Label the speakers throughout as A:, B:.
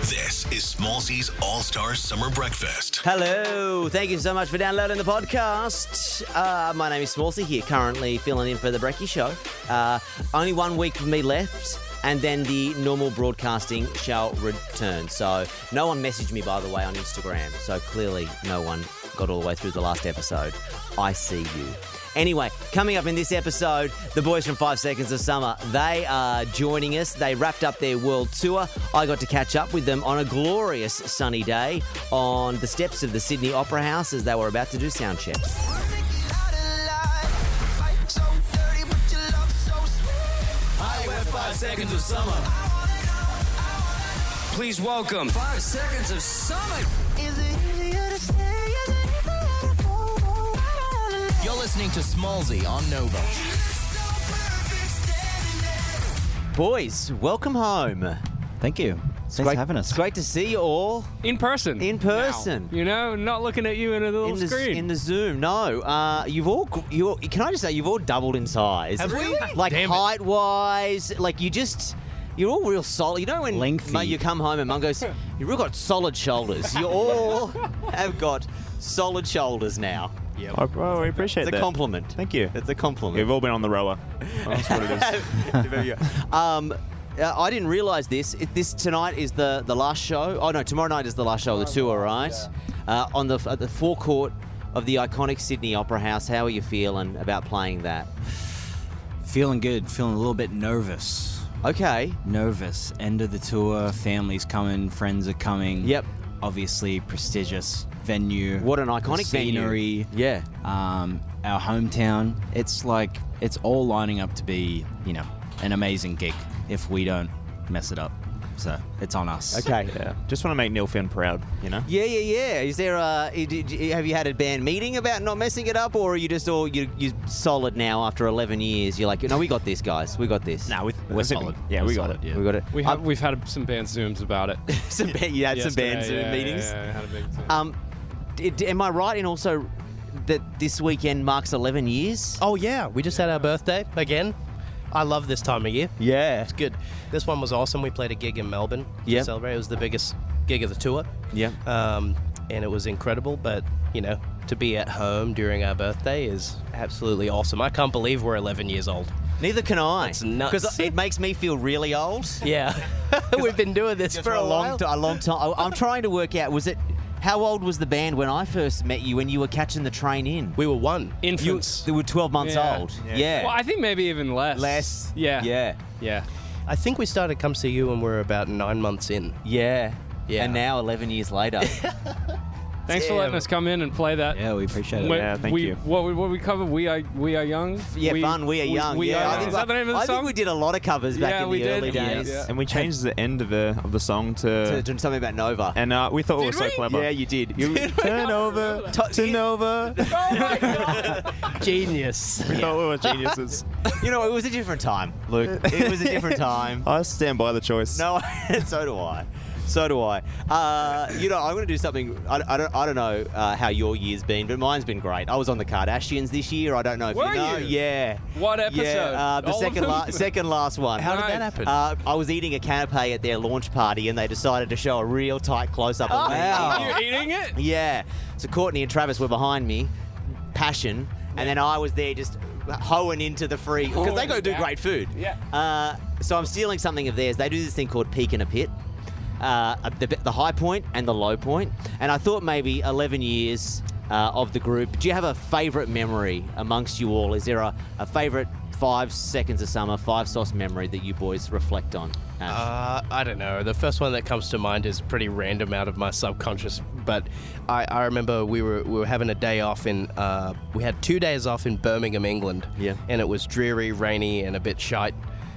A: This is Smallsy's All Star Summer Breakfast.
B: Hello, thank you so much for downloading the podcast. Uh, my name is Smallsy here, currently filling in for the Brecky Show. Uh, only one week of me left, and then the normal broadcasting shall return. So, no one messaged me, by the way, on Instagram. So, clearly, no one got all the way through the last episode. I see you. Anyway, coming up in this episode, the boys from Five Seconds of Summer, they are joining us. They wrapped up their world tour. I got to catch up with them on a glorious sunny day on the steps of the Sydney Opera House as they were about to do sound check.
C: Five seconds of summer. Please welcome. Five seconds of summer. You're listening to Smallsy on Nova.
B: Boys, welcome home.
D: Thank you. Thanks
B: great,
D: for having us.
B: It's great to see you all
E: In person.
B: in person.
E: You know, not looking at you in a little
B: in the,
E: screen.
B: in the Zoom, no. Uh, you've all, gr- you all- can I just say, you've all doubled in size. Have
E: we?
B: Like
E: Damn it.
B: height wise, like you just, you're all real solid. You know when
D: Lengthy.
B: mate, you come home and mum goes, you've all got solid shoulders. You all have got solid shoulders now.
F: I, oh, I appreciate
B: It's a
F: that.
B: compliment.
F: Thank you.
B: It's a compliment.
F: We've all been on the rower. Oh, That's what it is.
B: Um, uh, I didn't realise this. It- This tonight is the the last show. Oh no, tomorrow night is the last show of the tour, right? Uh, on the at the forecourt of the iconic Sydney Opera House. How are you feeling about playing that?
D: Feeling good, feeling a little bit nervous.
B: Okay.
D: Nervous. End of the tour, family's coming, friends are coming.
B: Yep.
D: Obviously, prestigious venue.
B: What an iconic
D: the scenery.
B: venue. Yeah.
D: Um, our hometown. It's like, it's all lining up to be, you know, an amazing gig if we don't mess it up. So it's on us.
B: Okay.
F: yeah. Just want to make Neil Finn proud, you know?
B: Yeah, yeah, yeah. Is there a i- did you- have you had a band meeting about not messing it up, or are you just all you you solid now after 11 years? You're like, no, we got this, guys. We got this.
F: Nah, we
D: We're solid.
F: Yeah,
D: We're
F: we got
D: solid,
F: it.
D: yeah.
B: we got it.
E: we have, we've had some band Zooms about it.
B: some band, you Uh, had some band Zoom meetings.
E: Yeah, yeah, I had a big Zoom.
B: Um, d- d- am I right in also that this weekend marks 11 years?
G: Oh yeah, we just had our birthday again. I love this time of year.
B: yeah.
G: It's good. This one was awesome. We played a gig in Melbourne
B: Yep.
G: to celebrate. It was the biggest gig of the tour.
B: Yeah.
G: Um, and it was incredible, but you know, to be at home during our birthday is absolutely awesome. I can't believe we're 11 years old.
B: Neither can I.
G: That's nuts.
B: Because it makes me feel really old
G: Yeah. We've been doing this for,
B: for a long, t- a long time. I- I'm trying to work out. Was it how old was the band when I first met you? When you were catching the train in?
G: We were one.
B: You,
E: Infants.
B: they were 12 months
E: Yeah.
B: old. Yeah.
E: Yeah. well, I think maybe even less.
B: Less.
E: Yeah.
B: Yeah.
E: Yeah.
G: I think we started Come See You when we were about nine months in.
B: Yeah.
G: Yeah.
B: And now 11 years later.
E: Thanks for letting us come in and play that.
D: Yeah, we appreciate it.
E: We-
F: Yeah, thank
E: we,
F: you.
E: What, we- what we cover? We are we are young.
B: yeah, fun. We are young.
E: We
B: yeah.
E: are
B: I,
E: young.
B: think,
E: Is that the name of the
B: I
E: song?
B: think we did a lot of covers back
E: Yeah,
B: in
E: we
B: the
E: did.
B: early
E: Yeah.
B: days.
E: Yeah.
F: And we changed the end of the of the song
B: To,
F: to.
B: to something about Nova.
F: and uh, we thought it was so
E: we?
F: clever.
B: you did.
F: You turn over to Nova. We
G: Genius.
F: thought we were geniuses.
B: You know, it was a different time, Luke. It was a different time.
F: I stand by the choice.
B: No, so do I. So do I. Uh, you know, I'm going to do something. I, I don't, I don't know uh, how your year's been, but mine's been great. I was on the Kardashians this year. I don't know if
E: Were
B: you know.
E: you?
B: Yeah.
E: What episode?
B: Yeah, uh, the
E: All of
B: second,
E: them?
B: la- second last one.
G: How
E: did that
G: happen?
B: Uh, I was eating a canape at their launch party, and they decided to show a real tight close-up.
E: Oh,
B: of me. Oh.
E: You're eating it.
B: Yeah. So Courtney and Travis were behind me, passion, and then I was there just hoeing into the free because they
E: Hoeing
B: go do
E: it
B: great
E: back.
B: food.
E: Yeah.
B: Uh, so I'm stealing something of theirs. They do this thing called peak in a pit. Uh, the, the high point and the low point, and I thought maybe 11 years uh, of the group. Do you have a favourite memory amongst you all? Is there a, a favourite five seconds of summer, five sauce memory that you boys reflect on? Ash?
G: Uh, I don't know. The first one that comes to mind is pretty random out of my subconscious, but I, I remember we were we were having a day off in uh, we had two days off in Birmingham, England.
B: Yeah.
G: And it was dreary, rainy, and a bit shite.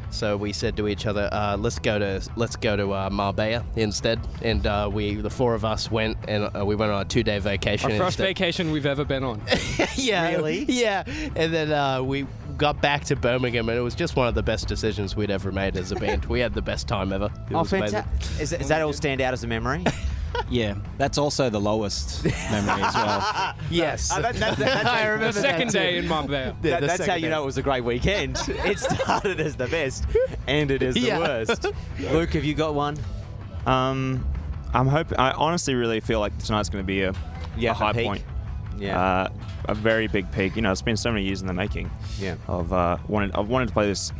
G: So we said to each other, uh, "Let's go to let's go to uh, Marbella instead." And uh, we the four of us went and uh, we went on a two day vacation.
E: Our first
G: instead.
E: vacation we've ever been on.
G: yeah,
B: Really?
G: yeah. And then uh, we got back to Birmingham, and it was just one of the best decisions we'd ever made as a band. we had the best time ever. It
B: oh,
G: was amazing.
B: fantastic! Is, is that all stand out as a memory?
D: Yeah, that's also the lowest memory as well.
G: Yes.
B: Uh, I
E: the second day in Mumbai.
G: Yeah,
B: That-
G: the
B: that's how
G: second
B: you
G: day.
B: know it was a great weekend. it started as the best, and it is the
G: Yeah.
B: worst. Luke, have you got one?
F: Um, I'm hoping. I honestly really feel like tonight's going to be a,
B: Yeah,
F: a high
B: a peak.
F: point.
B: Yeah.
F: Uh, a very big peak. You know, it's been so many years in the making.
B: Yeah.
F: Of uh, wanted. I've wanted to play this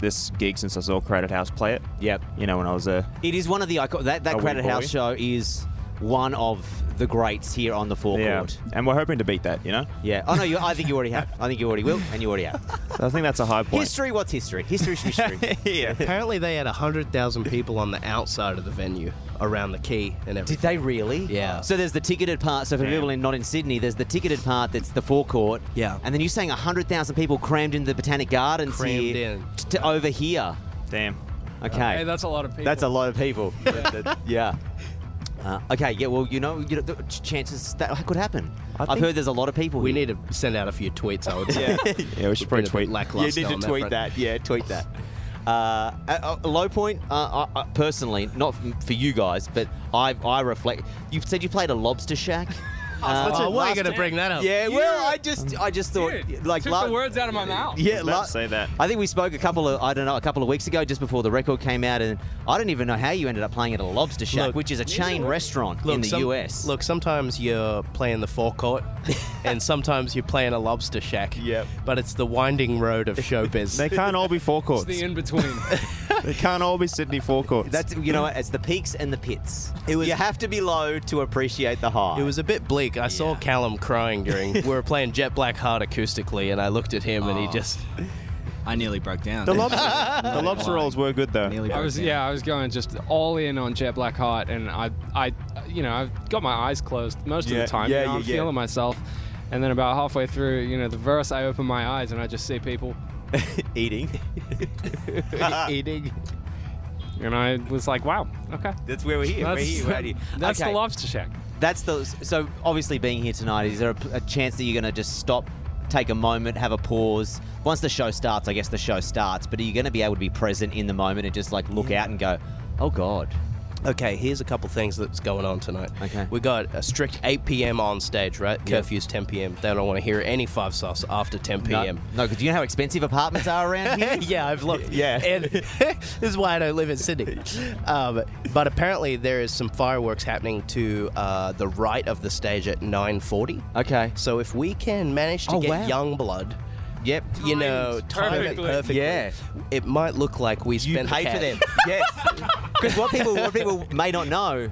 F: this gig since I saw Crowded House play it.
B: Yep.
F: You know, when I was uh, a
B: It is one of the icon that that
F: Are we
B: Credit House
F: boy?
B: show is one of the greats here on the
F: yeah,
B: forecourt.
F: and we're hoping to beat that. You know,
B: Yeah. Oh no, you, I think you already have. I think you already will, and you already have.
F: I think that's a high point.
B: History. What's history? History's history.
F: yeah.
G: Apparently, they had 100,000 people on the outside of the venue around the key and
B: Did
G: everything.
B: they really?
G: Yeah.
B: So there's the ticketed part. So for people in, not in Sydney, there's the ticketed part that's the forecourt.
G: Yeah.
B: And then you're saying 100,000 people crammed into the Botanic Gardens
G: Crammed
B: here
G: in.
B: t- to over here.
F: Damn.
B: Okay.
E: Hey, that's a lot of people.
B: That's a lot of people. yeah. Uh, okay. Yeah. Well, you know, you know, the ch- chances that could happen. I have
F: think-
B: heard there's a lot of people.
G: We
B: here.
G: need to send out a few tweets, I would say.
F: Yeah. yeah. We should probably
G: Been a bit
F: tweet.
G: lackluster on that front.
B: Yeah, tweet that. Uh, a, a low point, uh, I, I, personally, not f- for you guys, but I I reflect. You said you played a lobster shack. Uh,
G: Oh, why are you
E: Last
G: going to
E: day.
G: bring that up?
B: yeah, well,
E: You-
B: I just I just thought
E: Dude,
B: like
E: took
B: la-
E: the words out of my mouth.
B: Yeah,
F: About to say that.
B: I think we spoke a couple of I don't know a couple of weeks ago, just before the record came out, and I don't even know how you ended up playing at a lobster shack,
G: Look,
B: which is a chain restaurant in the
G: some-
B: US.
G: Look, sometimes you're playing the forecourt, and sometimes you're playing a lobster shack.
F: Yep.
G: But it's the winding road of showbiz.
F: They can't all be
E: It's
F: forecourts.
E: the in between.
F: they can't all be Sydney forecourts.
B: that's you know what, it's the peaks and the pits. you have to be low to appreciate the high.
G: It was a bit bleak. I saw Callum crying during. we were playing Jet Black Heart acoustically, and I looked at him, and he
D: Oh.
G: just.
D: I nearly broke down.
F: the lobster. the lobster
D: lying.
F: rolls were good though.
D: Nearly
E: I was
D: broke
E: yeah, I was going just all in on Jet Black Heart, and I I you know I've got my eyes closed most
F: Yeah,
E: of the time.
F: yeah,
E: you know,
F: yeah,
E: I'm
F: yeah.
E: feeling myself, and then about halfway through, you know, the verse, I open my eyes and I just see people,
B: eating.
G: eating.
E: and I was like, wow, okay,
B: That's where we're here.
E: that's,
B: we're here. We're here.
E: that's
B: Okay.
E: the lobster shack.
B: That's the so obviously being here tonight. Is there a, a chance that you're going to just stop, take a moment, have a pause? Once the show starts, I guess the show starts. But are you going to be able to be present in the moment and just like look out and go, oh god?
G: Okay, here's a couple things that's going on tonight.
B: Okay.
G: We got a strict 8 p.m. on stage, right? Curfew's 10 p.m. They don't want to hear any five sauce after 10 p.m.
B: No, because you know how expensive apartments are around here.
G: yeah, I've looked.
B: Yeah.
G: and this is why I don't live in Sydney. Um, but apparently, there is some fireworks happening to uh, the right of the stage at 9:40.
B: Okay.
G: So if we can manage to
B: Oh,
G: get
B: wow.
G: young blood. Yep, you
E: Timed
G: know, time it
E: perfectly.
G: perfectly.
B: Yeah.
G: it might look like we
B: You
G: spent the
B: pay for
G: cash.
B: them. yes. Because what people what people may not know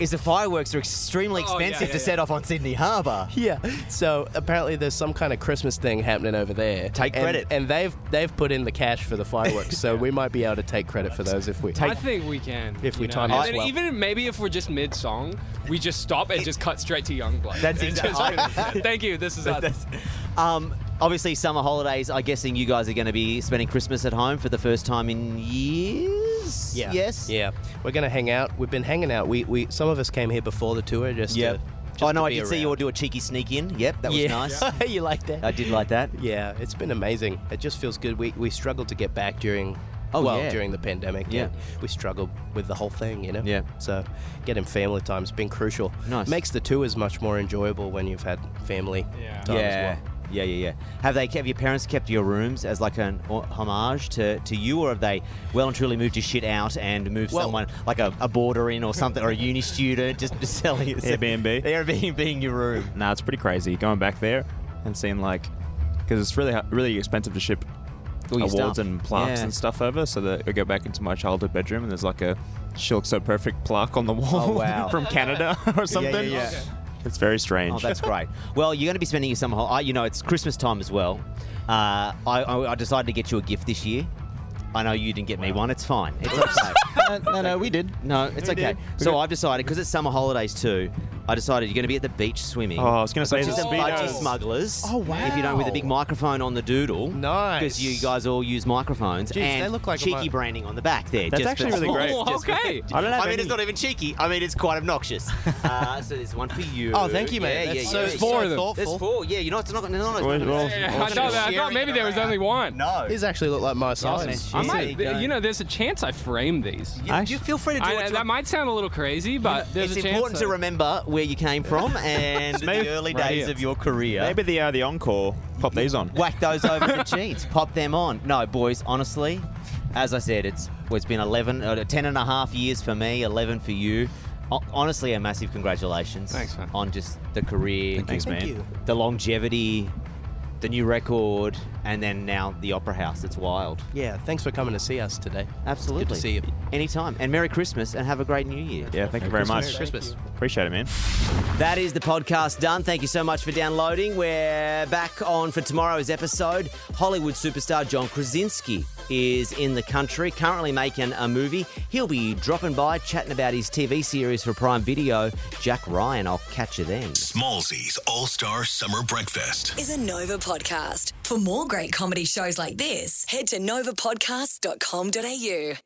B: is the fireworks are extremely
E: Oh, yeah,
B: expensive
E: yeah,
B: to
E: yeah.
B: set off on Sydney Harbour.
G: Yeah. So apparently there's some kind of Christmas thing happening over there.
B: Take
G: And-
B: credit.
G: And, they've they've put in the cash for the fireworks, so we might be able to take credit for those if we
E: I think we can
G: If we
E: you know.
G: time
E: And
G: it
E: then
G: well.
E: Even maybe if we're just mid song, we just stop and just cut straight to Young Blood.
B: That's exactly-
E: Thank you. This is us.
B: Um, obviously, summer holidays. I'm guessing you guys are going to be spending Christmas at home for the first time in years.
G: Yeah.
B: Yes.
G: Yeah. We're gonna hang out. We've been hanging out. We we some of us came here before the tour just.
B: Yep.
G: To, just
B: oh no,
G: to
B: I
G: be
B: did see you
G: around.
B: all do a cheeky sneak in. Yep, that was
G: yeah.
B: nice.
G: you like that?
B: I did like that.
G: Yeah, it's been amazing. It just feels good. We we struggled to get back during.
B: Oh,
G: well,
B: yeah.
G: during the pandemic,
B: Yeah.
G: and we struggled with the whole thing, you know.
B: Yeah.
G: So, getting family time's been crucial.
B: Nice.
G: Makes the tours much more enjoyable when you've had family
E: Yeah.
G: time as well.
B: Yeah, yeah, yeah. Have they have your parents kept your rooms as like an ho- homage to, to you, or have they well and truly moved your shit out and moved
G: Well-
B: someone like a, a boarder in or something, or a uni student just to sell you
F: Airbnb.
B: Airbnb being your room.
F: Nah, it's pretty crazy going back there and seeing like because it's really really expensive to ship
B: All your
F: awards
B: stuff.
F: and plaques
B: Yeah.
F: and stuff over. So that I go back into my childhood bedroom and there's like a she looks so perfect plaque on the wall
B: Oh, wow.
F: from Canada or something.
B: yeah. Okay.
F: It's very strange.
B: Oh, that's great. Well, you're going to be spending your summer holiday. You know, it's Christmas time as well. Uh, I, I, I decided to get you a gift this year. I know you didn't get me one. It's fine. It's okay.
D: down. No, no, no, we did.
B: no, it's okay. So I've decided because it's summer holidays too. I decided you're going to be at the beach swimming.
F: Oh, I was gonna say
B: Bunch of
F: the
B: them budgie
F: speedos.
B: smugglers. Oh wow! If you don't, with a big microphone on the doodle.
G: Nice.
B: Because you guys all use microphones.
G: Jeez,
B: and
G: they look like a
B: cheeky
G: mi-
B: branding on the back there.
F: That's
B: just
F: actually
B: for-
F: really great.
E: Oh,
B: just for-
E: okay.
F: I don't have
B: I mean,
F: any-
B: it's not even cheeky. I mean, it's quite obnoxious. uh, so there's one for you.
G: Oh, thank you,
B: Yeah,
G: mate. That's
B: yeah,
G: so,
B: yeah.
E: There's four of them.
G: thoughtful.
B: There's four. Yeah, you're not. It's not. It's not,
F: Well,
B: it's
F: well,
B: not
E: Yeah, I thought, that- I thought maybe there was only one.
B: no.
G: These actually look like my
B: man.
G: sausage.
E: I
B: Jeez.
E: might.
B: There you go.
E: You know, there's a chance I frame these.
B: You, you feel free to do
E: I,
B: what you
E: that
B: want.
E: might sound a little crazy, but there's
B: It's
E: a chance.
B: important to
E: I-
B: remember where you came from and
F: Maybe-
B: the early
E: Right
B: days
E: here.
B: of your career.
F: Maybe the uh, the encore. Pop these on.
B: whack those over the jeans, pop them on. No, boys, honestly, as I said, it's well, it's been 11, uh, 10 and a half years for me, 11 for you. ho- honestly, a massive congratulations
E: Thanks, man.
B: on just the career,
F: Thanks, man.
B: the longevity, the new record, and then now the Opera House. It's wild.
G: Yeah, thanks for coming to see us today.
B: Absolutely.
G: Good to see you.
B: Anytime. And Merry Christmas and have a great New Year.
F: Yeah, thank you very
G: Merry
F: much.
G: Christmas.
F: Appreciate it, man.
B: That is the podcast done. Thank you so much for downloading. We're back on for tomorrow's episode. Hollywood superstar John Krasinski is in the country, currently making a movie. He'll be dropping by, chatting about his TV series for Prime Video, Jack Ryan. I'll catch you then.
A: Smallsy's All Star Summer Breakfast.
H: is a Nova podcast. For more great comedy shows like this, head to novapodcast.com.au.